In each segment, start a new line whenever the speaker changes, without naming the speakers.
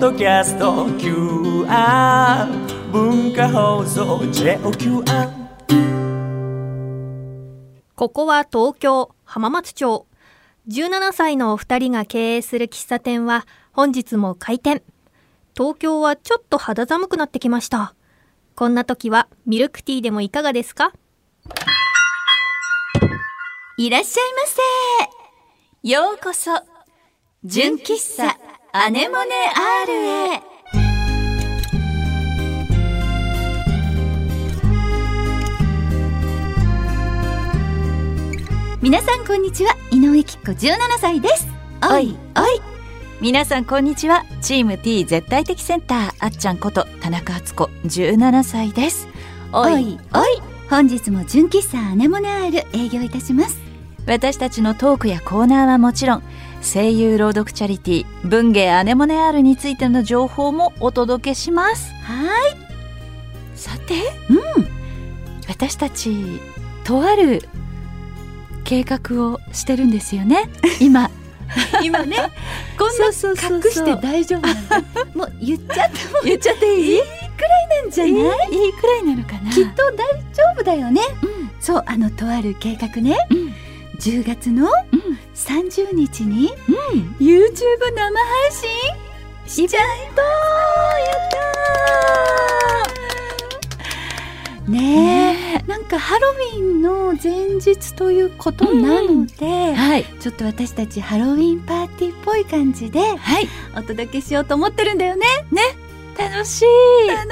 ドキャスト QR 文化放送 JOQR
ここは東京浜松町17歳のお二人が経営する喫茶店は本日も開店東京はちょっと肌寒くなってきましたこんな時はミルクティーでもいかがですか
いらっしゃいませようこそ純喫茶アネモネ R へ皆さんこんにちは井上貴子17歳ですおいおい
皆さんこんにちはチーム T 絶対的センターあっちゃんこと田中敦子17歳ですおい
おいおい本日も純喫茶アネモネ R 営業いたします
私たちのトークやコーナーはもちろん声優朗読チャリティー文芸アネモネ R についての情報もお届けします
は
さて私たちとある計画をしてるんですよ ね今
ーい今ねこんな隠して大丈夫なんだ もう言っちゃったも
言っちゃっていい
んじゃない
いいくらいなのかな
きっと大丈夫だよね、そうあのとある計画ね、
うん
10月
う
の
ん
30日に、
うん
YouTube 生配信しちゃいまーやったーね
ね
えなんかハロウィンの前日ということなので、
えはい
ちょっと私たちハロウィンパーティーっぽい感じで
はい
お届けしようと思ってるんだよね
楽しい
楽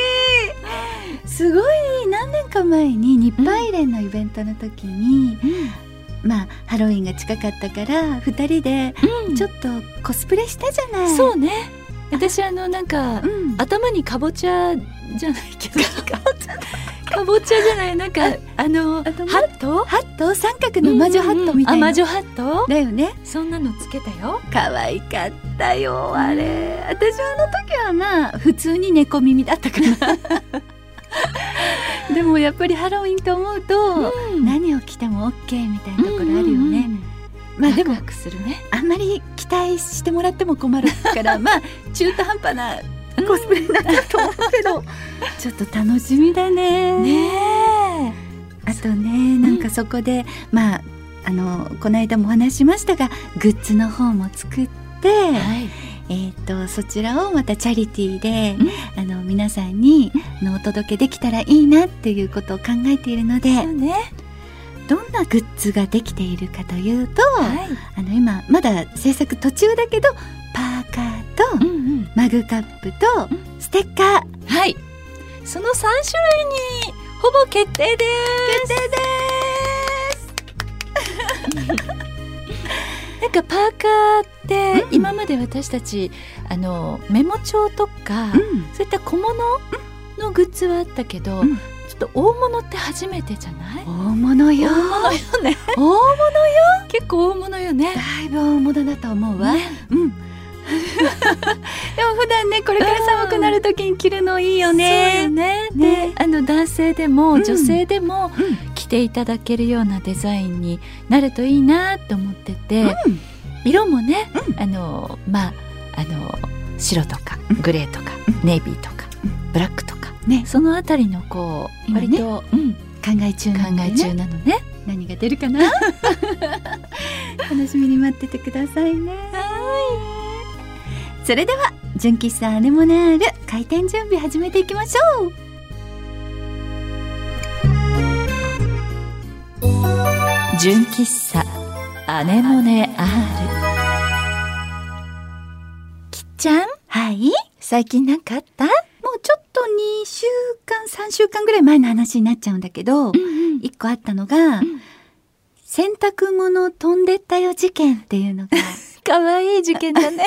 しいすごい何年か前に日配連のイベントの時に、まあハロウィンが近かったから2人で
うん
ちょっとコスプレしたじゃない、
そうね私あのなんか
うん、
頭にかぼちゃじゃないけど かぼちゃじゃないなんかあのハ
頭
ット
ハット三角の魔女ハットみたい
うんうんうんあ魔
な、
女ハット
だよね
そんなのつけたよ
可愛かったよあれ私はあの時はな普通に猫耳だったから でもやっぱりハロウィンと思うと、何を着ても OK みたいなところあるよね、まあ
ワ
で
ク
も
ワクするね
あんまり期待してもらっても困るから まあ中途半端なコスプレになったと思うけどちょっと楽しみだね
ね
あとねなんかそこで、まああのこの間もお話ししましたがグッズの方も作って、
えはい
えっ、とそちらをまたチャリティーで
うん、
あの皆さんにあのお届けできたらいいなっていうことを考えているので
そうね
どんなグッズができているかというと、
はい
あの今まだ制作途中だけどパーカー
う
と、
んうん
マグカップとステッカー
はいその三種類にほぼ決定です決定です なんかパーカーって
うん
今まで私たち、あのメモ帳とか、そういった小物のグッズはあったけど、
うん
ちょっと大物って初めてじゃない、
大物よ
大物よね
大物
結構大物よね
だいぶ大物だと思うわ、
ね
うんでも普段ねこれから寒くなる時に着るのいいよ
そうよ
ね、
ね
ね
であの男性でも、
うん
女性でも
うん
着ていただけるようなデザインになるといいなと思ってて、
うん
色もね、
う
あのまああの白とか
うん
グレーとか、
うん
ネイビーとか、
う
ブラックとか
ね
そのあたりのこう
今
割
ね
と、うん
考え中
考
なんで
え
ね
中なのね。
何が出るかな楽しみに待っててくださいねはいそれでは純喫茶アネモネール開店準備始めていきましょう
純喫茶アネモネ R きっちゃん
はい
最近なんかあった、
もうちょっと2週間3週間ぐらい前の話になっちゃうんだけど、
ん
一個あったのが、
ん
洗濯物飛んでったよ事件っていうのが
かわいい事件 だね、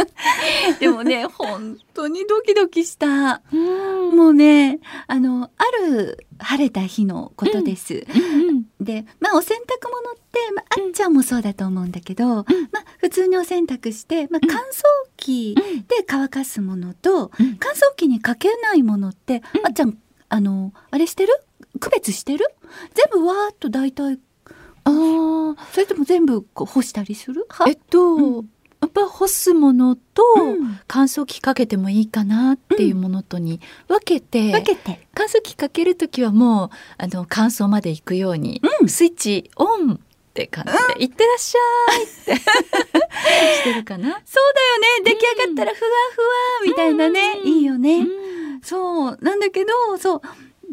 でもね本当にドキドキした
うん
もうねあのある晴れた日のことです、でまあお洗濯物って、まあ、あっちゃんもそうだと思うんだけど、まあ普通にお洗濯して、まあ、乾燥機で乾かすものと、
うん
乾燥機にかけないものって、
うん
あっちゃんあのあれしてる区別してる全部わーっと大体
あ
それとも全部こう干したりするは
あえっと、
う
うんん、
やっぱ干すものと
うん
乾燥機かけてもいいかなっていうものとに分けて、
分けて
乾燥機かけるときはもうあの乾燥まで行くように、
うん
スイッチオンって感じで「いってらっしゃい」ってしてるかな。
そうだよね出来上がったらふわふわみたいなね、
うん
いいよ
う
ね、
ん
そうなんだけどそう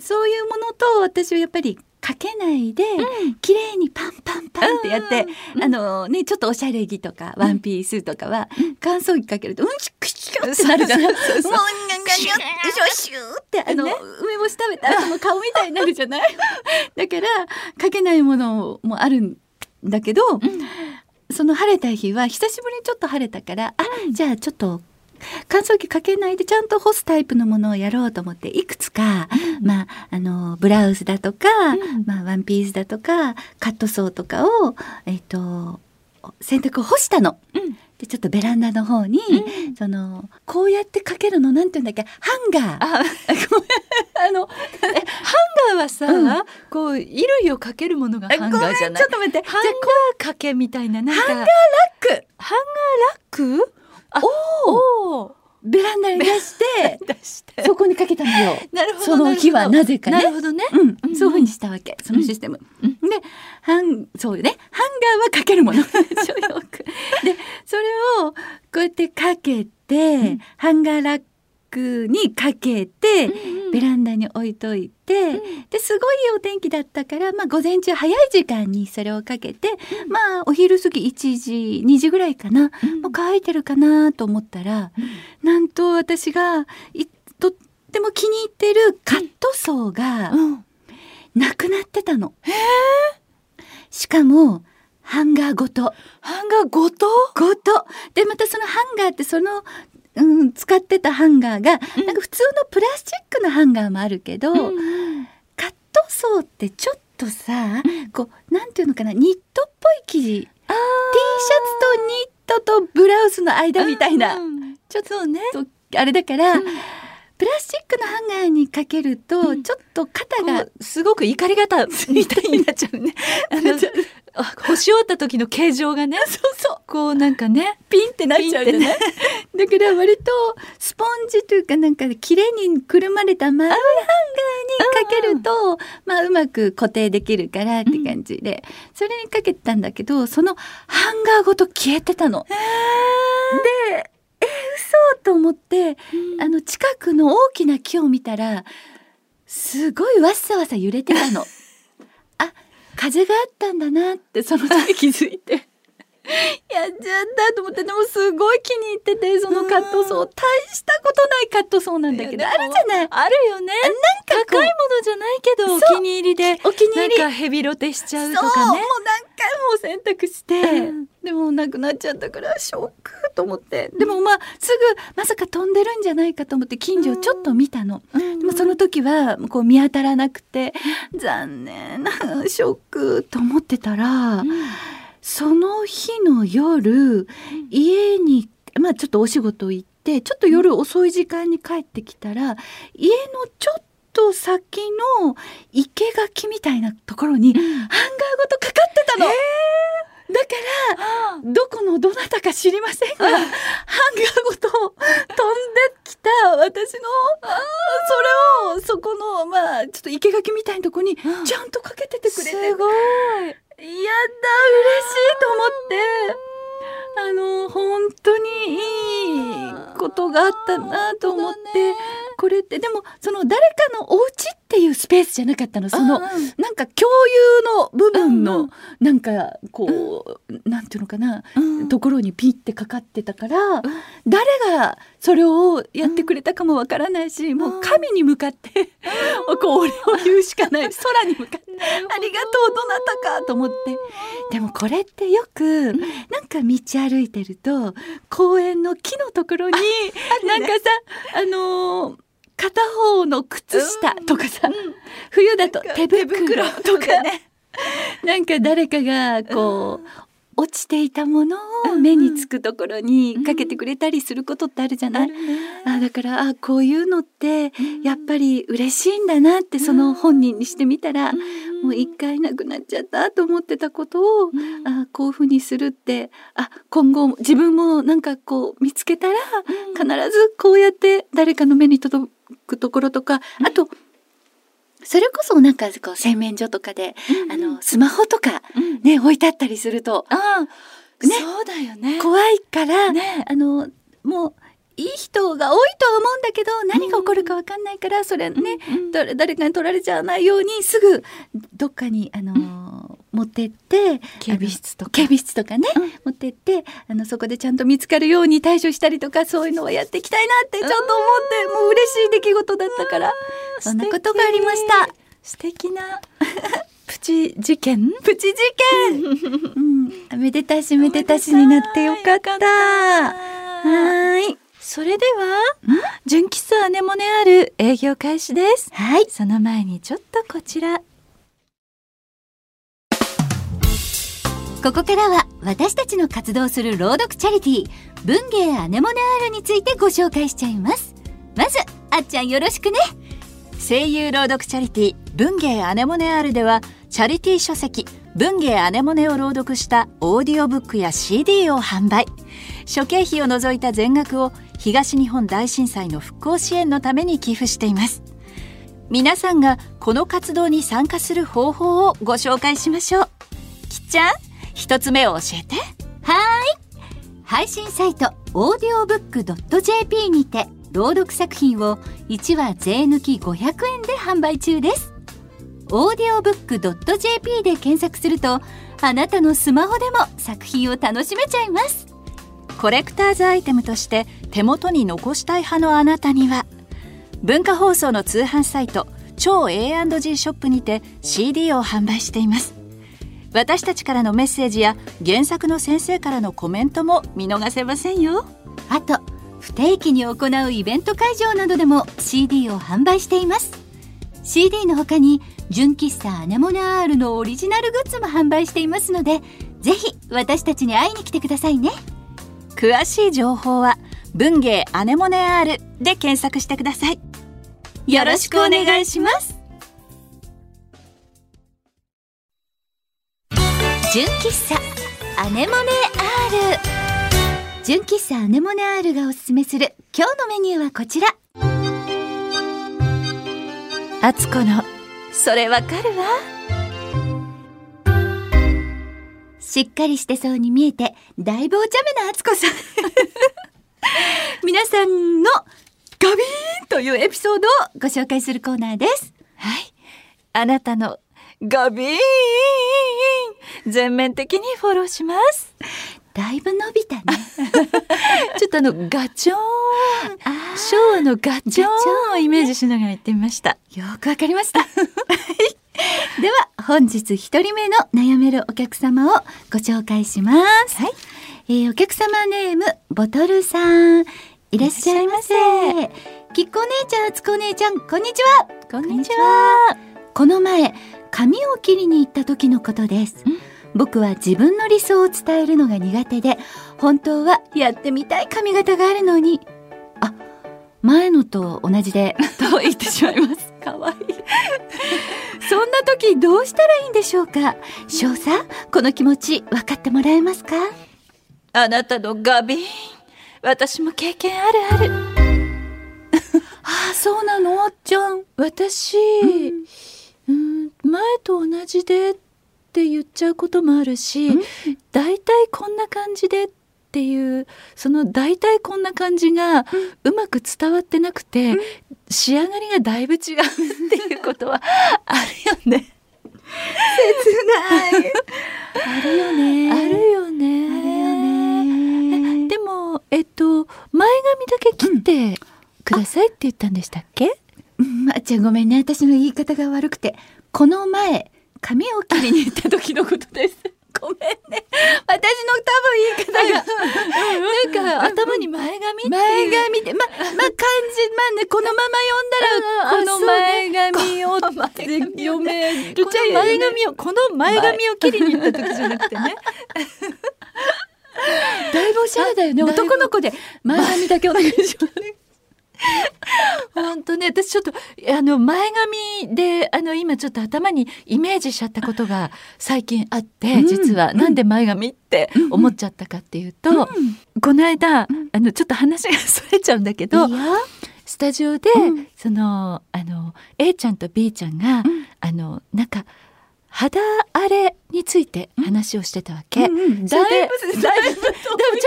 そういうものと私はやっぱりかけないで、綺麗にパンパンパンってやって、
うん
あのねちょっとおしゃれ着とかワンピースとかは、乾燥機かけるとうんちくしょってなるじゃんもう
そうそう
にゃんがにゃんシュッシュッってあの、
ね
梅干し食べた後の顔みたいになるじゃないだからかけないものもあるんだけど、その晴れた日は久しぶりにちょっと晴れたから、あじゃあちょっと乾燥機かけないでちゃんと干すタイプのものをやろうと思っていくつか、まああのブラウスだとか、
うん
まあ、ワンピースだとかカットソーとかを、えっと洗濯を干したの。
うん
でちょっとベランダの方に、
うん
そのこうやってかけるのなんていうんだっけハンガー。
あ
あの
ハンガーはさ、
うん
こう衣類をかけるものがハンガーじゃない
ちょっと待って
ハンガーかけみたいななんかハンガーラッ
ク
ハンガーラックおお
ベランダに出 して
出して
そこにかけたのよ。
なるほど
その日はなぜかね
なるほどね
うん
うん
そういうふうにしたわけそのシステム。
うん
でハンそうよねハンガーはかけるものそうよくでそれをこうやってかけて、
ん
ハンガーラックにかけて、ベ
ラ
ランダに置いといて、ですごいお天気だったから、まあ、午前中早い時間にそれをかけて、まあお昼過ぎ1時2時ぐらいかなもう乾いてるかなと思ったら、なんと私がいとっても気に入ってるカットソーが
うん
なくなってたの。しかもハンガーごと。
ハンガーごと
ごとでまたそのハンガーってその、うん、使ってたハンガーが、
うん
なんか普通のプラスチックのハンガーもあるけど、
うん
カットソーってちょっとさ、こうなんていうのかなニットっぽい生地 T シ
あー
ャツとニットとブラウスの間みたいな、
うんちょっとね
とあれだから、
うん
プラスチックのハンガーにかけると、
うん
ちょっと肩
こ
が
うすごく怒り方みたいになっちゃうねあのあ星折った時の形状がねそうそうこうなんかね
ピンってなっちゃうじゃない、だから割とスポンジというかなんか綺麗にくるまれた丸いハンガーにかけるとまあうまく固定できるからって感じで、それにかけてたんだけどそのハンガーごと消えてたの。でえ嘘と思ってあの近くの大きな木を見たらすごいわっさわさ揺れてた の。あ風があったんだなってその時気 づいて。やっちゃったと思ってでもすごい気に入っててそのカットソー大したことないカットソーなんだけ
い
ど
や
あ
でも
るじゃない
あるよね
なんかこ
高い
う
ものじゃないけど
そう
お気に入りで
お気に
な
入
ん
り
かヘビロテしちゃうと
そうもう
か
何
ね
回も洗濯して、
うん
でもなくなっちゃったからショックと思ってでもまあすぐまさか飛んでるんじゃないかと思って近所をちょっと見たの、でもその時はこう見当たらなくて残念なショックと思ってたら、その日の夜家に、まあ、ちょっとお仕事行ってちょっと夜遅い時間に帰ってきたら家のちょっと先の生垣みたいなところにハンガーごとかかってたの、だからどこのどなたか知りませんが、ハンガーごと飛んできた私のそれをそこのまあちょっと生垣みたいなとこに
うん
ちゃんとかけててくれてて
すごい
いやだ嬉しいと思ってあの本当にいいことがあったなと思って、これってでもその誰かのお家っていうスペースじゃなかったのその
うん
なんか共有の部分
うんう
の
ん
なんかこう、なんていうのかな、
うん
ところにピってかかってたから、誰がそれをやってくれたかもわからないし、もう神に向かって、こう俺を言うしかない 空に向かって。
なるほど
ありがとうどなたかと思ってでもこれってよくなんか道歩いてると公園の木のところになんかさあのー片方の靴下とかさ 冬だと手袋とかなんか誰かがこう
落ちていたものを目につくところにかけてくれたりすることってあるじゃない、あだからあこういうのってやっぱり嬉しいんだなってその本人にしてみたら、もう一回なくなっちゃったと思ってたことを、あこういうふうにするってあ今後自分もなんかこう見つけたら必ずこうやって誰かの目に届くところとかあとそれこそなんかこう洗面所とかで、あのスマホとかね置いてあったりすると
ああ、
ね
そうだよね。
怖いから、
ね
あのもういい人が多いとは思うんだけど何が起こるかわかんないから、それね、誰誰かに取られちゃわないようにすぐどっかにあのー持ってって
警備室とか
警備室とかね、
うん
持ってってあのそこでちゃんと見つかるように対処したりとかそういうのはやっていきたいなってちょっと思って、もう嬉しい出来事だったからそんなことがありました。
素 敵なプチ事件。
プチ事件、うん、めでたしめでたしになってよかった。はーい。
それでは、純喫茶アネモネある営業開始です。
はい。
その前にちょっとこちら。
ここからは私たちの活動する朗読チャリティー文芸アネモネアールについてご紹介しちゃいますまずあっちゃんよろしくね
声優朗読チャリティー文芸アネモネアールではチャリティー書籍文芸アネモネを朗読したオーディオブックや CD を販売諸経費を除いた全額を東日本大震災の復興支援のために寄付しています皆さんがこの活動に参加する方法をご紹介しましょうきっちゃん一つ目を教えて
配信サイトオーディオブックドット JP にて朗読作品を1話税抜き500円で販売中ですオーディオブックドット JP で検索するとあなたのスマホでも作品を楽しめちゃいます
コレクターズアイテムとして手元に残したい派のあなたには文化放送の通販サイト超 A&G ショップにて CD を販売しています私たちからのメッセージや原作の先生からのコメントも見逃せませんよ
あと不定期に行うイベント会場などでも CD を販売しています CD の他に純喫茶アネモネアールのオリジナルグッズも販売していますのでぜひ私たちに会いに来てくださいね
詳しい情報は文芸アネモネ R で検索してくださいよろしくお願いします
純喫茶アネモネ R 純喫茶アネモネ R がおすすめする今日のメニューはこちら
あつこのそれわかるわ
しっかりしてそうに見えてだいぶお茶目な敦子さん 皆さんのガビーンというエピソードをご紹介するコーナーです
はい。あなたのガビーン全面的にフォローします。
だいぶ伸びたね
ちょっとあのガチョーン、
あ
昭和のガチョーンをイメージしながら言ってみました。
ー よくわかりましたはいでは本日一人目の悩めるお客様をご紹介しますはい、えーお客様ネームボトルさんいらっしゃいませきっこお姉ちゃんあつこお姉ちゃんこんにちは
こ
こんにち。は。この前、髪を切りに行った時のことです。僕は自分の理想を伝えるのが苦手で、本当はやってみたい髪型があるのに、あ、前のと同じで、 と言ってしまいます。 かわいい。そんな時どうしたらいいんでしょうか少佐、この気持ち分かってもらえますか
あなたのガビーン、私も経験あ るある。
ああ、そうなの、おっちゃん。
私、うん、前と同じでって言っちゃうこともあるし、大体こんな感じでっていうその大体こんな感じがうまく伝わってなくて、仕上がりがだいぶ違うっていうこと はあるよね。
あるよね。 あ
あるよね。
るよね。
でもえっと前髪だけ切ってくださいって言ったんでしたっけ？
うんあっちゃん、ごめんね。私の言い方が悪くて。この前、髪を切りに行った時のことです。 ごめんね。私の多分言い方が。
なんか頭に前髪って
前
いう。
髪で、ま、ま、漢字、まあね、このまま読んだら、この前
前髪を 読めるこの前髪をこの前髪を切りに行った時じゃなくてね
だいぶおしゃれだよね。
だいぶ
男の子で前髪だけお願いし ます。
本当ね私ちょっとあの前髪であの今ちょっと頭にイメージしちゃったことが最近あって、
うん
実は、
うん
なんで前髪って思っちゃったかっていうと、この間、あのちょっと話がそれちゃうんだけどスタジオで、
うん
そのあの A ちゃんと B ちゃんが、
ん
あのなんか肌荒れについて話をしてたわけ。
うんうん
それで
ぶだい
でも
ぶ
ちょっ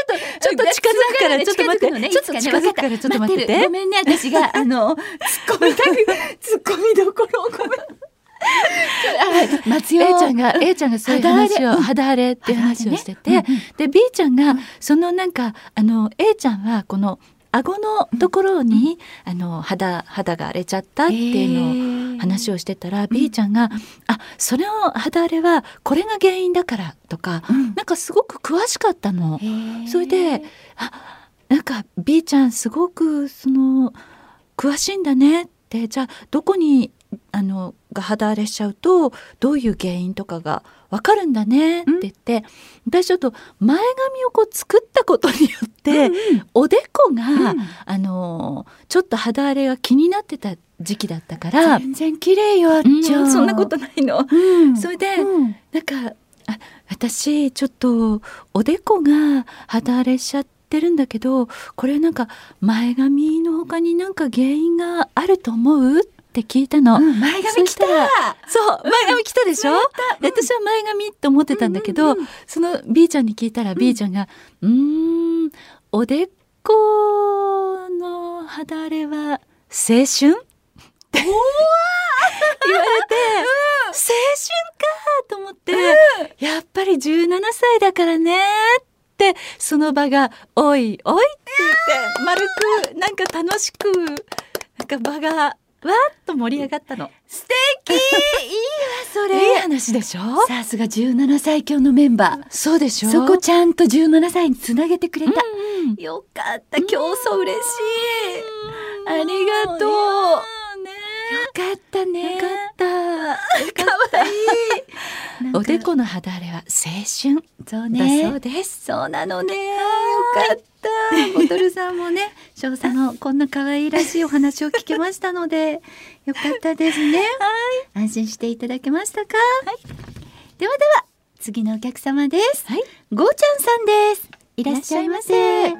と、ちょっと近づくから、ちょっと待って、ちょっと近づくから、ちょっと待ってて。
ごめんね、私が、 あの、突っ込みたく、突っ込みどころをごめん。あ松
A ちゃ
代
んが、A ちゃんがそういう話を、肌荒れっていう話をしてて、で、B ちゃんが、そのなんか、あの、A ちゃんは、この、顎のところに、あの、肌、肌が荒れちゃったっていうのを、
の
話をしてたら、B ちゃんが、あ、それを肌荒れは、これが原因だから、とか、なんかすごく詳しかったの。それで、あなんか B ちゃんすごくその詳しいんだねってじゃあどこにあのが肌荒れしちゃうとどういう原因とかがわかるんだねって言って、私ちょっと前髪をこう作ったことによって、おでこが、あのちょっと肌荒れが気になってた時期だったから、
全然綺麗よ、あっ
うん
ちゃん。
そんなことないの。
うん。
それで、
うん
なんかあ私ちょっとおでこが肌荒れしちゃってるんだけどこれなんか前髪の他になんか原因があると思うって聞いたの。
うん前髪
そしたらそう前髪来たでしょ、で私は前髪って思ってたんだけど、その B ちゃんに聞いたら B ちゃんが「うーんおでこの肌荒れは青春?」って言われて「青春か!」と思って、やっぱり17歳だからねってその場が「おいおい」って言って丸くなんか楽しくなんか場がわーっと盛り上がったの。
素敵いいわ、そ
いい
れ。
話でしょ
さすが17歳強のメンバー。
そうでしょ
そこちゃんと17歳につなげてくれた。
うんうん
よかった、競争嬉しい。ありがとう。
よ
よかったね。
かった。よかった。
なんか
おでこの肌荒れは青春
そう
だ
ね。
そうです。
そうなのね。よかった。ボトルさんもね、翔さんのこんな可愛らしいお話を聞けましたので、よかったですね。安心していただけましたか。ではでは、次のお客様です。
はい
ゴーちゃんさんです。いらっしゃいませ。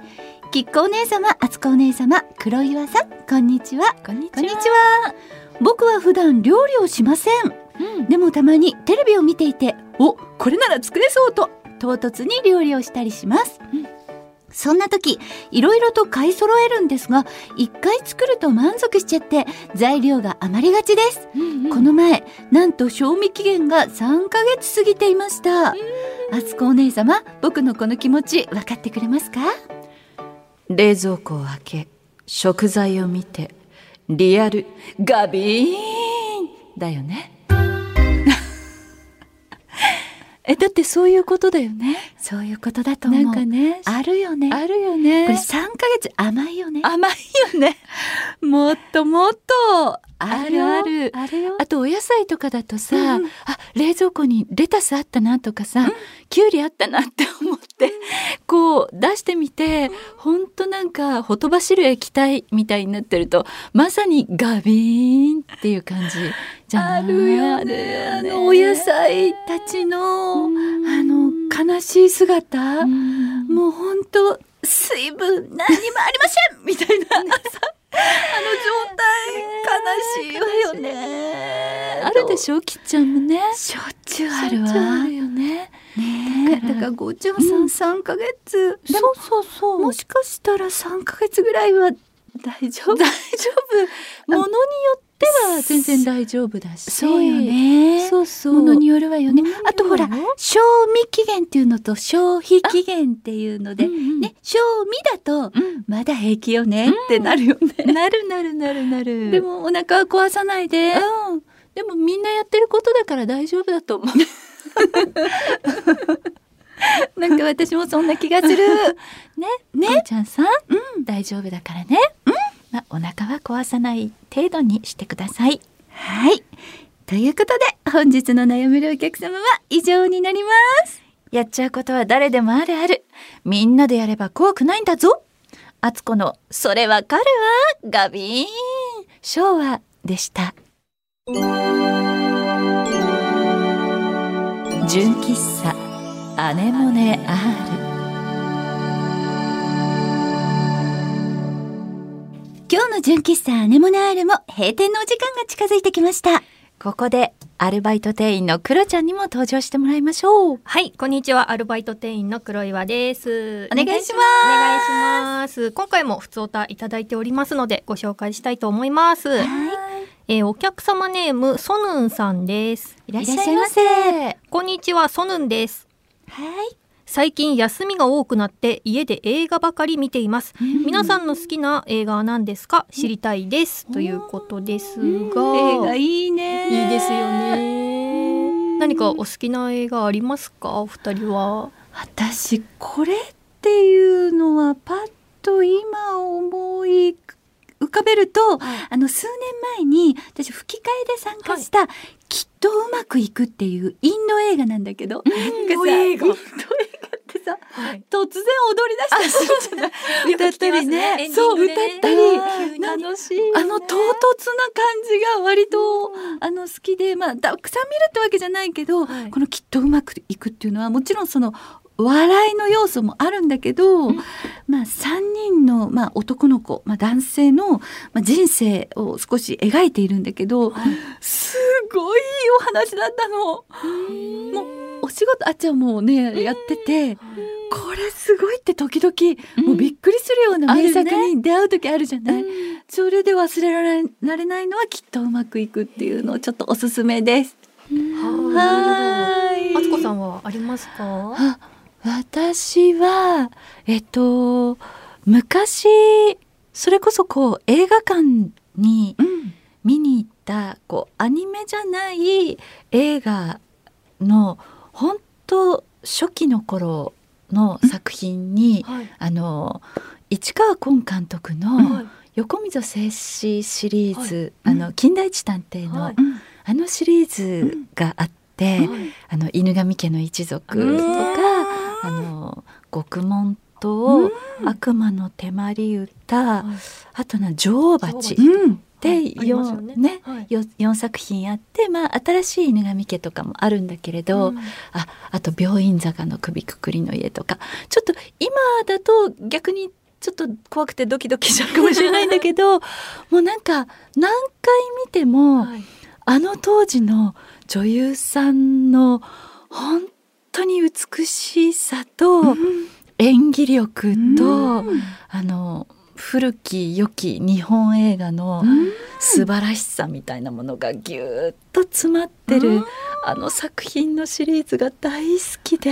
きっこお姉様、あつこお姉様、黒岩さん、こんにちは。
こんに
こんにちは。僕は普段料理をしません。でもたまにテレビを見ていて、お、これなら作れそうと、唐突に料理をしたりします。そんな時、いろいろと買い揃えるんですが、一回作ると満足しちゃって、材料が余りがちです。この前、なんと賞味期限が3ヶ月過ぎていました。あつこお姉様、僕のこの気持ち、分かってくれますか
冷蔵庫を開け、食材を見て、リアルガビーンだよね。 え、だってそういうことだよね。
そういうことだと
なんかね、
あるよね。
あるよ
これ
ね。
3ヶ月甘いよね。
甘いよね。もっともっとあるある。
あるよ。
あとお野菜とかだとさ、
うんう
あ冷蔵庫にレタスあったなとかさ、きゅうりあったなって思ってこう出してみてほんとなんかほとばしる液体みたいになってるとまさにガビーンっていう感じじゃないあ
あ
るよね
のお野菜たちの、
うん
あの、悲しい姿。
うん
もうほんと、水分何にもありません みたいな、あの状態、悲しいわよね。
あるでしょきっちゃんもね。
ょしょっちゅうあ
し
る
ょっちゅうあ
わ。
るよね。
ね
だ
え
から
だから、ごちゃんさん三ヶ月。でも
そうそうそう。
もしかしたら三ヶ月ぐらいは 大丈夫
大丈夫。ものによっては全然大丈夫だし。
そうよ。ね。
そうそう。
ものによるわよね
ものによる。わよ
あとほら、賞味期限っていうのと消費期限っていうので、
うんうん
ね、賞味だと、まだ平気よねってなるよね。
なるなるなるなる。
で、もお腹は壊さないで。
うん。でもみんなやってることだから大丈夫だと思う。
なんか私もそんな気がする。
ね。ね。ちゃんさん、大丈夫だからね。まあ、お腹は壊さない程度にしてください。
はい。ということで、本日の悩めるお客様は以上になります。
やっちゃうことは誰でもあるある。みんなでやれば怖くないんだぞ。あつこの、それわかるわ、ガビーン。昭和でした。純喫茶、アネモネ R。
今日の純喫茶アネモネアールも閉店のお時間が近づいてきました。
ここで、アルバイト店員のクロちゃんにも登場してもらいましょう。
はい、こんにちは。アルバイト店員の黒岩です。
お願いします
お願いします。今回も普通おたいただいておりますので、ご紹介したいと思います。えーお客様ネーム、ソヌンさんです。
い
らっしゃいま
せ。
こんにちは、ソヌンです。
はい。
最近休みが多くなって家で映画ばかり見ています、皆さんの好きな映画は何ですか知りたいです、ということです
映
が
画
い
いいね。
いですよね何かお好きな映画ありますかお二人は
私これっていうのはパッと今思い浮かべると、あの数年前に私吹き替えで参加した、きっとうまくいくっていうインド映画なんだけど、インド映画インド映画ってさ
はい
突然踊り出したりするじゃない 歌ったりねそう歌ったり何
楽しい
あの唐突な感じが割と、あの好きで、まあ、たくさん見るってわけじゃないけど、
はい
このきっとうまくいくっていうのはもちろんその笑いの要素もあるんだけど、まあ、3人の、まあ、男の子、まあ、男性の、まあ、人生を少し描いているんだけど、すごいいいお話だったの。もうお仕事あっちゃんもうねやっててこれすごいって時々もうびっくりするような名作に出会う時あるじゃない、それで忘れられられないのはきっとうまくいくっていうのをちょっとおすすめです。
は
はーい
あつこさんはありますか
あ私はえっと昔それこそこう映画館に見に行ったこうアニメじゃない映画の本当初期の頃の作品に、
はい
あの市川崑監督
は
の
い
横溝正史シリーズ、
はい
あの近代一探偵の、
はい
あのシリーズがあって、あの犬神家の一族とか、あの獄門と悪魔の手まり歌、
はい
あとな女王蜂
うん。
で
はいありますよ
4
ね
ね
はい
よ四作品あって、まあ、新しい犬神家とかもあるんだけれど、
うん
ああと病院坂の首くくりの家とかちょっと今だと逆にちょっと怖くてドキドキしちゃうかもしれないんだけどもうなんか何回見ても、
はい
あの当時の女優さんの本当に美しさと、演技力と、あの古き良き日本映画の素晴らしさみたいなものがぎゅーっと詰まってる、あの作品のシリーズが大好きで、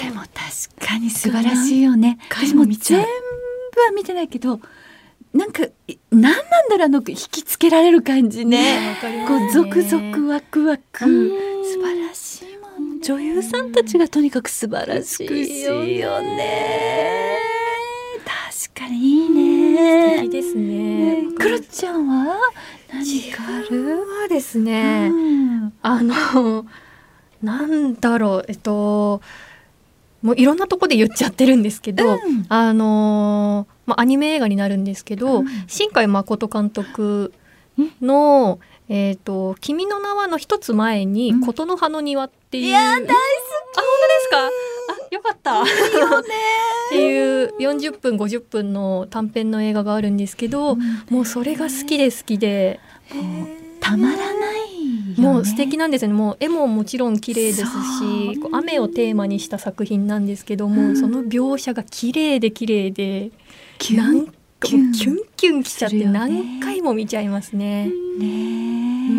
でも確かに素晴らしいよね。
回
私
も
も
見ちゃう
全部は見てないけど、なんかいなんなんだろうあの引きつけられる感じね。
わかります
こ
ね
うゾクゾクワクワク。
うん
素晴らしいもんね。
女優さんたちがとにかく素晴らしいよ
美しいよ
ね。
確かにいいね。
いいですね
クロちゃんは何かある？
はですね、
うん
あの なんだろうえっともういろんなとこで言っちゃってるんですけど、あのーまあアニメ映画になるんですけど、新海誠監督の「えっと君の名は」の一つ前に「琴の葉の庭」っていう、いや大好きあ本当ですかあよかったっていう40分50分の短編の映画があるんですけど、もうそれが好きで好きで。
たまらないよ、ね。
もう素敵なんですよね。もう絵ももちろん綺麗ですし、こう雨をテーマにした作品なんですけども、その描写が綺麗で綺麗で、
キュン
なんか
キュン
もうキュンキュンきちゃっ
す
て
るよね
何回も見ちゃいますね。
ねえ、
う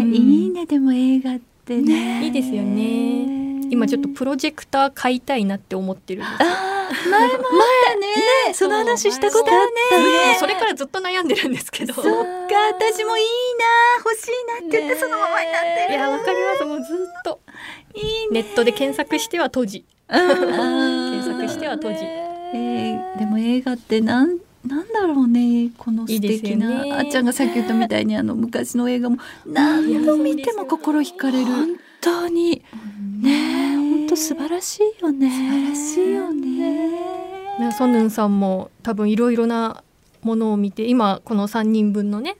ん
いいねでも映画ってね
いいですよね。今ちょっとプロジェクター買いたいなって思ってるんですよ。
ねその話したことあった
ずっとそれからずっと悩んでるんですけど。
そっか私もいいな欲しいなって言ってそのままになって
いやわかります。もうずっと
るいい
ネットで検索しては閉じ、検索しては閉じ。
えー
えーでも映画ってなんなんだろうねこの素敵ない
いですよね
あっちゃんがさっき言ったみたいにあの昔の映画も何度見ても心惹かれる
本当にねえ本当好
素晴らしいよね
素晴らしいよ
ね
ね、ソンヌンさんも多分いろいろなものを見て今この3人分の ね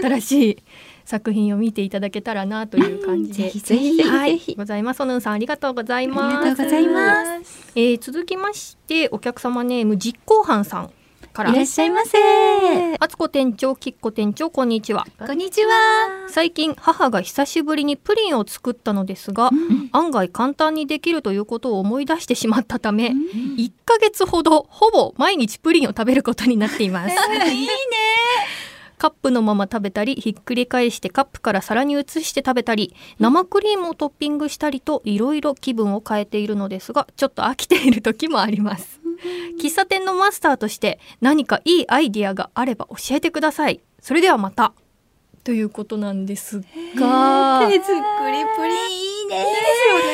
新しい作品を見ていただけたらなという感じで、
ぜひぜひぜひ
はい、ございますソンヌンさんありがとうございます、
ありがとうございます
えー続きましてお客様ネーム実行犯さんから
いらっしゃいませ
あつこ店長きっこ店長こんにちは
こんにちは
最近母が久しぶりにプリンを作ったのですが、案外簡単にできるということを思い出してしまったため、1ヶ月ほどほぼ毎日プリンを食べることになっています
いいね
カップのまま食べたりひっくり返してカップから皿に移して食べたり生クリームをトッピングしたりといろいろ気分を変えているのですがちょっと飽きている時もあります喫茶店のマスターとして何かいいアイディアがあれば教えてくださいそれではまたということなんですが
手作りプリンいいね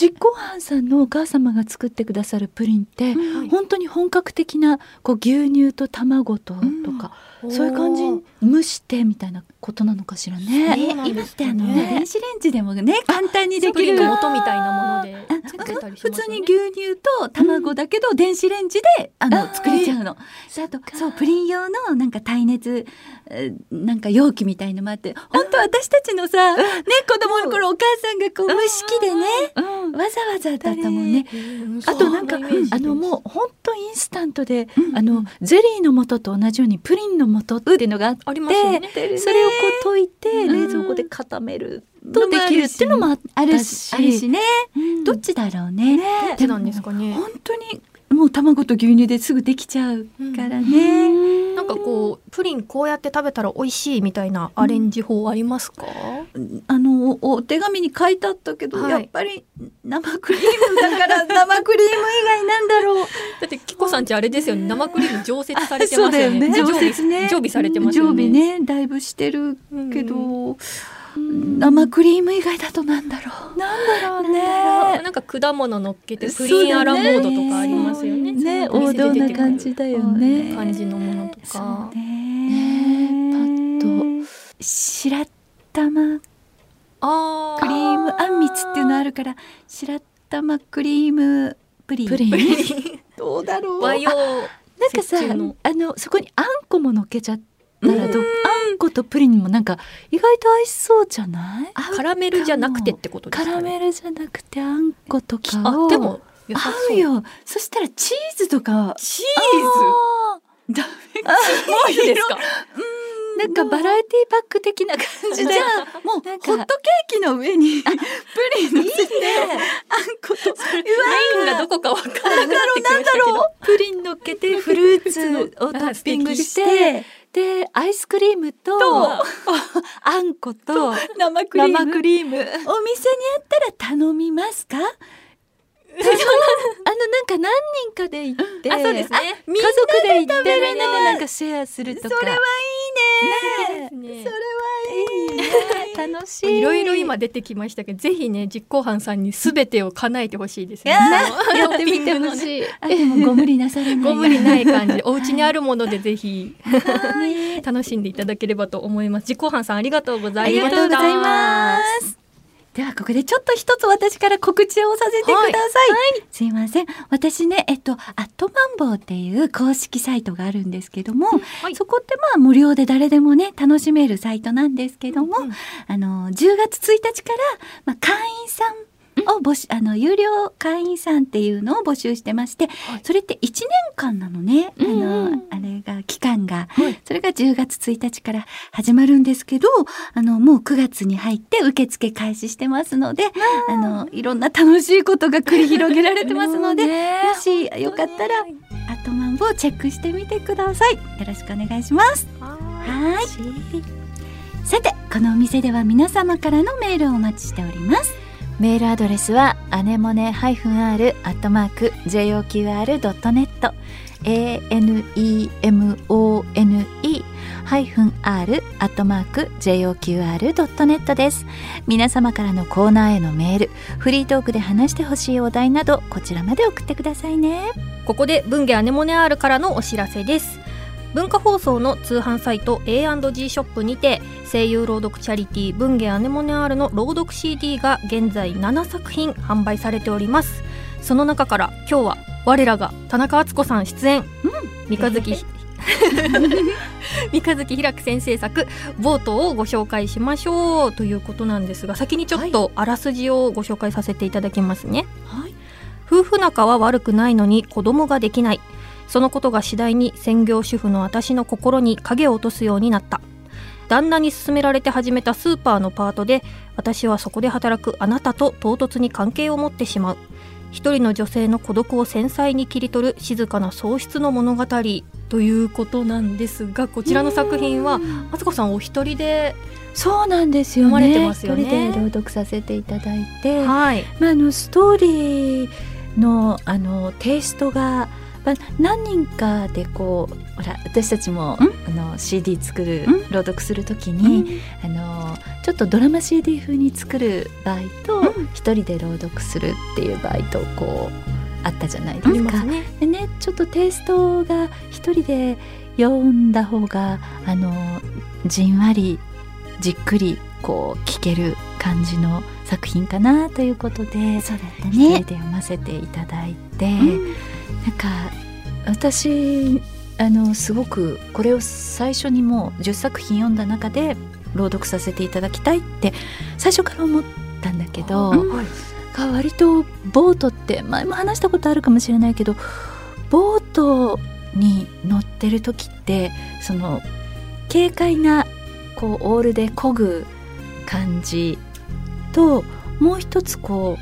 実行犯さんのお母様が作ってくださるプリンって、
はい
本当に本格的なこう牛乳と卵ととか、そういう感じに蒸してみたいなことなのかしらね。
そう
ね
なん
今
で
っ
す
て
ね
あのね電子レンジでもね簡単にで
プ
き
リン
る
の元みたいなもので作れたりし
普
ます
通
よ
に
ね
牛乳と卵だけど電子レンジであの作れちゃうの。であとそうプリン用のなんか耐熱えーなんか容器みたいのもあって本当私たちのさね子供の頃お母さんがこう蒸し器でね
うん
わざわざだったもんね。
うん
あとなんか
そイメージ
あの
です
もう本当インスタントで、あのゼリーの素と同じようにプリンの素っていうのがあって
ありますよね
それをこう溶いて
う
冷
ん
蔵庫で固めるとできるっていうのもあっ
あ
た
る
し
しあるしね、どっちだろうね。
どっちなんですかね
本当にもう卵と牛乳ですぐできちゃうからね。
なんかこうプリンこうやって食べたら美味しいみたいなアレンジ法ありますか、
あのおお手紙に書いてあったけど、
はい
やっぱり生クリームだから 生クリーム以外なんだろう。
だってキコさんちあれですよね生クリーム常設されてますよね常
常設
設
ね。
常備されてますよね
常備ねだいぶしてるけど、
ん
生クリーム以外だとなんだろう。なんだろうね。
なんか果物乗っけてプリンアラモードとかありますよね
ね
お
王
店
道
で出
な
てくる
感じだよね。
感じのものとか、
ね
ねパッ
と白玉
あ
クリームあんみつっていうのあ
る
るから白玉クリームプリン
プリン
どうだろう
和洋
なんかさ
折衷の
あのそこにあんこものっけちゃったらどうあんことプリンもなんか意外と合いそうじゃない
合う
カラメルじゃなくてってことです
カ
か
ラ
ね
メルじゃなくてあんことかを
あでも良さ
合
そうう
よそしたらチーズとか
チ
ーズダ
ーズですか
なんかバラエティパック的な感
メ
じ
じゃ
で
あもうホ
なん
ッ
か
トケーキの上にプリンのせてあんこと
メインがどこかわからなくなってきましたけど
プリンのっけてフルーツをトッピングしてでアイスクリームとあんこと
生クリーム
生クリーム
お店にあったら頼みますか
あのなんか何人かで行って、
あそうですね
あ家族で行ってみんなでなんかシェアするとか。
それはいいね
ね
それはいいね
楽しい。
いろいろ今出てきましたけど、ぜひね実行犯さんにすべてを叶えてほしいですね。
やって みてほ
い。
しい。
あでもご無理なさらない
ご無理ない感じ、お家にあるものでぜひ
ね
楽しんでいただければと思います。実行犯さんありがとうござ
あ
い
り
ま
が
し
と
た。
うございます。ではここでちょっと一つ私から告知をさせてください。すいません。私ね、えっと、アットマンボウっていう公式サイトがあるんですけども、
い
そこってまあ無料で誰でもね、楽しめるサイトなんですけども、あの、10月1日から、まあ、会員さん、を募集あの有料会員さんっていうのを募集してまして、それって1年間なのね、あのあれが期間が、それが10月1日から始まるんですけどあのもう9月に入って受付開始してますのであのいろんな楽しいことが繰り広げられてます ので、もしよかったらアットマンボをチェックしてみてくださいよろしくお願いしますはいさてこのお店では皆様からのメールをお待ちしております
メールアドレスはアネモネ -r アットマーク joqr ドットネット a n e m o n e ハイフン r アットマーク joqr ドットネットです。皆様からのコーナーへのメール、フリートークで話してほしいお題などこちらまで送ってくださいね。
ここで文芸アネモネアールからのお知らせです文化放送の通販サイト A&G ショップにて声優朗読チャリティー文芸アネモネアールの朗読 CD が現在7作品販売されておりますその中から今日は我らが田中敦子さん出演、三日月三日月平久先生作「ボート」をご紹介しましょうということなんですが先にちょっとあらすじをご紹介させていただきますね、
はい
夫婦仲は悪くないのに子供ができないそのことが次第に専業主婦の私の心に影を落とすようになった旦那に勧められて始めたスーパーのパートで私はそこで働くあなたと唐突に関係を持ってしまう一人の女性の孤独を繊細に切り取る静かな喪失の物語ということなんですがこちらの作品はあつこさんお一人で
そうなんですよね
読まれてますよね
一人で朗読させていただいて、
はい
まあ、あのストーリーのあのテイストが、まあ、何人かでこうほら私たちもあの CD 作る
うん
朗読するときに、あのちょっとドラマ CD 風に作る場合と一、人で朗読するっていう場合とこうあったじゃないで
あり
す
ま
か
す。ね
でねちょっとテイストが一人で読んだ方があのじんわりじっくりこう聞ける感じの作品かなということで
そうだった
一人
ね
で読ませていただいて、
ん
なんか私あのすごくこれを最初にもう10作品読んだ中で朗読させていただきたいって最初から思ったんだけど。
はい
が割とボートって前も話したことあるかもしれないけどボートに乗ってる時ってその軽快なこうオールで漕ぐ感じともう一つこ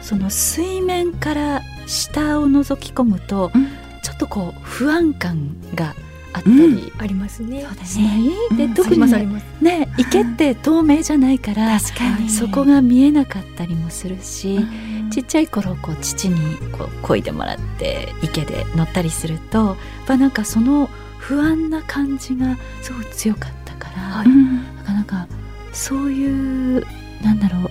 うその水面から下を覗き込むと、
うん
ちょっとこう不安感があったり
ありますね
しない、
うん
で
うん
特
ありますあり
に
ます
ね池って透明じゃないから
確かに
そこが見えなかったりもするし。
うん
ちっちゃい頃こう父にこう漕いでもらって池で乗ったりするとやっぱなんかその不安な感じがすごい強かったから、
うん
なかなかそういうなんだろう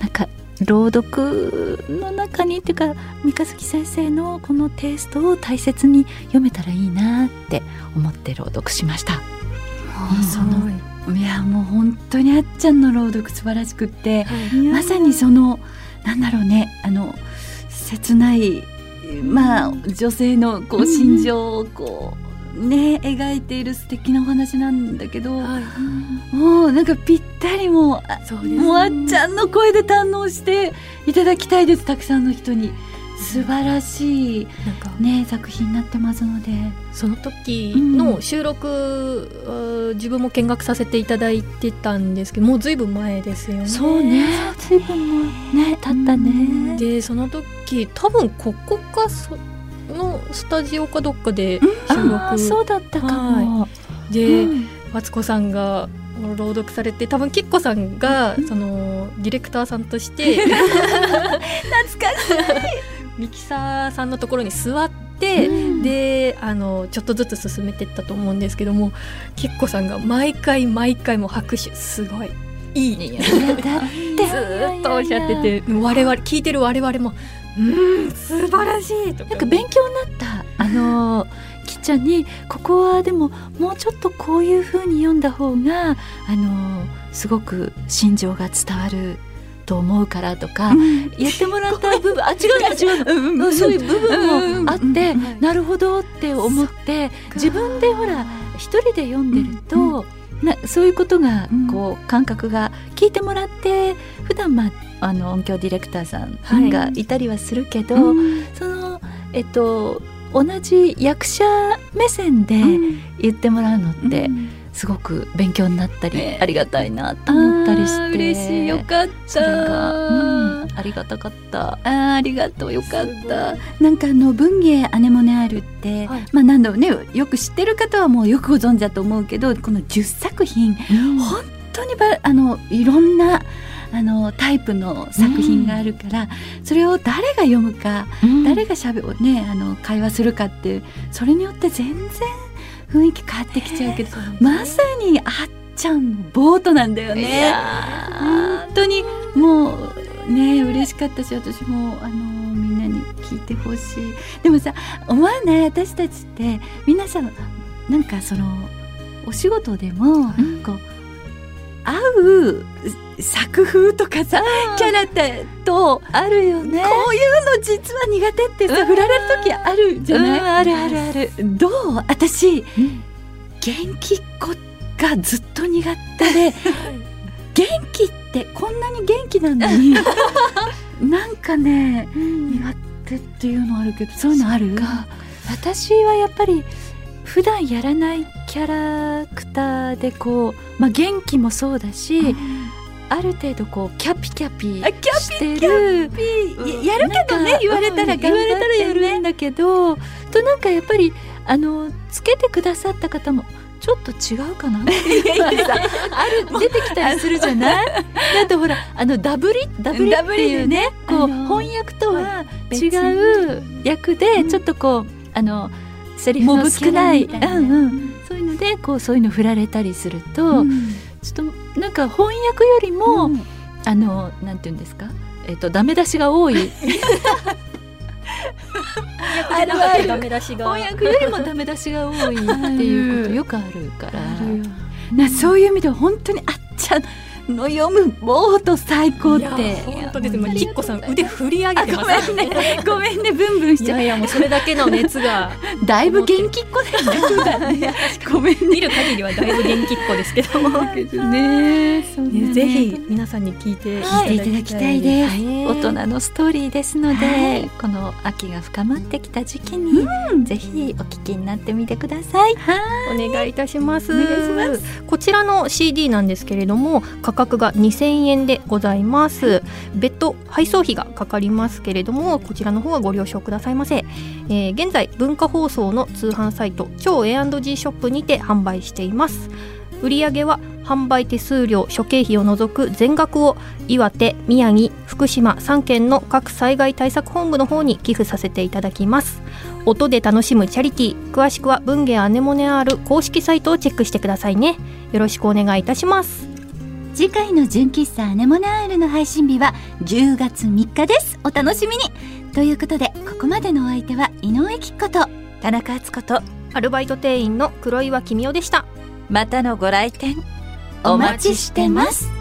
なんか朗読の中にっていうか三日月先生のこのテイストを大切に読めたらいいなって思って朗読しました。
もうそのいやもう本当にあっちゃんの朗読素晴らしくってまさにそのなんだろうねあの切ないまあ女性のこう心情をこうね描いている素敵なお話なんだけど、
はい
もうなんかぴったりもうあ
そうです
もうあっちゃんの声で堪能していただきたいですたくさんの人に素晴らしい
なんか
ね作品になってますので
その時の収録、あー自分も見学させていただいてたんですけどもうずいぶん前ですよね。
そうね随分もうね経ったね。
でその時多分ここかそのスタジオかどっかで収録、
ああそうだったかも。
で、
うん
マツコさんが朗読されて多分キッコさんが、そのディレクターさんとして 懐かし いミキサーさんのところに座って、であのちょっとずつ進めてったと思うんですけどもキッコさんが毎回毎回もう拍手すごいいいね
だっ
ずーっとおっしゃってて我々聞いてる我々も「うーん素晴らしい」とか
なんか勉強になったあのきっちゃんにここはでももうちょっとこういう風に読んだ方があのすごく心情が伝わると思うからとか、やってもらった部分あ違う違う、うんそういう部分もあって、なるほどって思って自分でほら一人で読んでると、なそういうことが
うん
こう感覚が聞いてもらって普段まああの音響ディレクターさ
は
ん
い
がいたりはするけど、
うん
そのえっと同じ役者目線で言ってもらうのって、すごく勉強になったり、
ね
ありがたいなと思ったりして
あー嬉しいよかった
それが、うんありがたかった
あーありがとうよかったなんかあの文芸アネモネアールって、
はい
まあ何度もねよく知ってる方はもうよくご存知だと思うけどこの10作品本当にばあのいろんなあのタイプの作品があるから、それを誰が読むか、誰がしゃべねあの会話するかってそれによって全然雰囲気変わってきちゃうけど、まさにあっちゃんのボートなんだよね。本当にもうね嬉しかったし私もあのみんなに聞いてほしいでもさ思わない私たちって皆さんなんかそのお仕事でも、こう合う作風とかさキャラってと
あるよね
こういうの実は苦手ってさ振られる時あるじゃない、
うんあるあるある
どう私、
ん
元気っ子がずっと苦手で元気ってこんなに元気なの になんかね苦手っていうのあるけどそういうのある
か私はやっぱり普段やらないキャラクターでこう、まあ、元気もそうだし、ある程度こうキャピキャピ
あキャピ
してる
ピややるけど
な
ね
んか
言われたら
うん
頑張って、ね
言われたらやるんだけどとなんかやっぱりあのつけてくださった方もちょっと違うかなっていう のがさある出てきたりするじゃないだとほらあのダブリダブリっていうねこ
あ
う
の
翻訳とは
は
違
別に
う役でちょっとこう、あのセリフの少ない
モブキャラみたいな
うんうん、そういうのでこうそういうの振られたりすると、ちょっとなんか翻訳よりも、
うん
あのなんて言うんですかえっとダメ出しが多い
あるわけダメ出しが
翻訳よりもダメ出しが多いっていうことよくあるから
あるよなそういう意味では本当にあっちゃんの読むボート最高っ
い
て
や本当です
いや
もうキッコさん腕振り上
あ
げて
ご
ま
め
す
んねごめんねブンブンし
い
ちゃ
や
う
いやもうそれだけの熱が
だいぶ元気っ子だよね普段ね ごめんね
見る限りはだいぶ元気っ子ですけ ども、ね、
ねそんなね
ぜひ皆さんに聞いていただ
聞いていただ
き
き
た
た
い
い
で
です
す、ね
大人のストーリーですので、
はい
この秋が深まってきた時期に、ぜひお聞きになってみてください。
お願いいたします
お願いし
こちらの CD なんですけれども価格が2000円でございます別途配送費がかかりますけれどもこちらの方はご了承くださいませ、えー現在文化放送の通販サイト超 A&G ショップにて販売しています売上は販売手数料諸経費を除く全額を岩手宮城福島3県の各災害対策本部の方に寄付させていただきます音で楽しむチャリティー詳しくは文芸アネモネ R 公式サイトをチェックしてくださいねよろしくお願いいたします
次回の純喫茶アネモナールの配信日は10月3日ですお楽しみにということでここまでのお相手は井上貴子と
田中敦子と
アルバイト店員の黒岩君代でした
またのご来店
お待ちしてます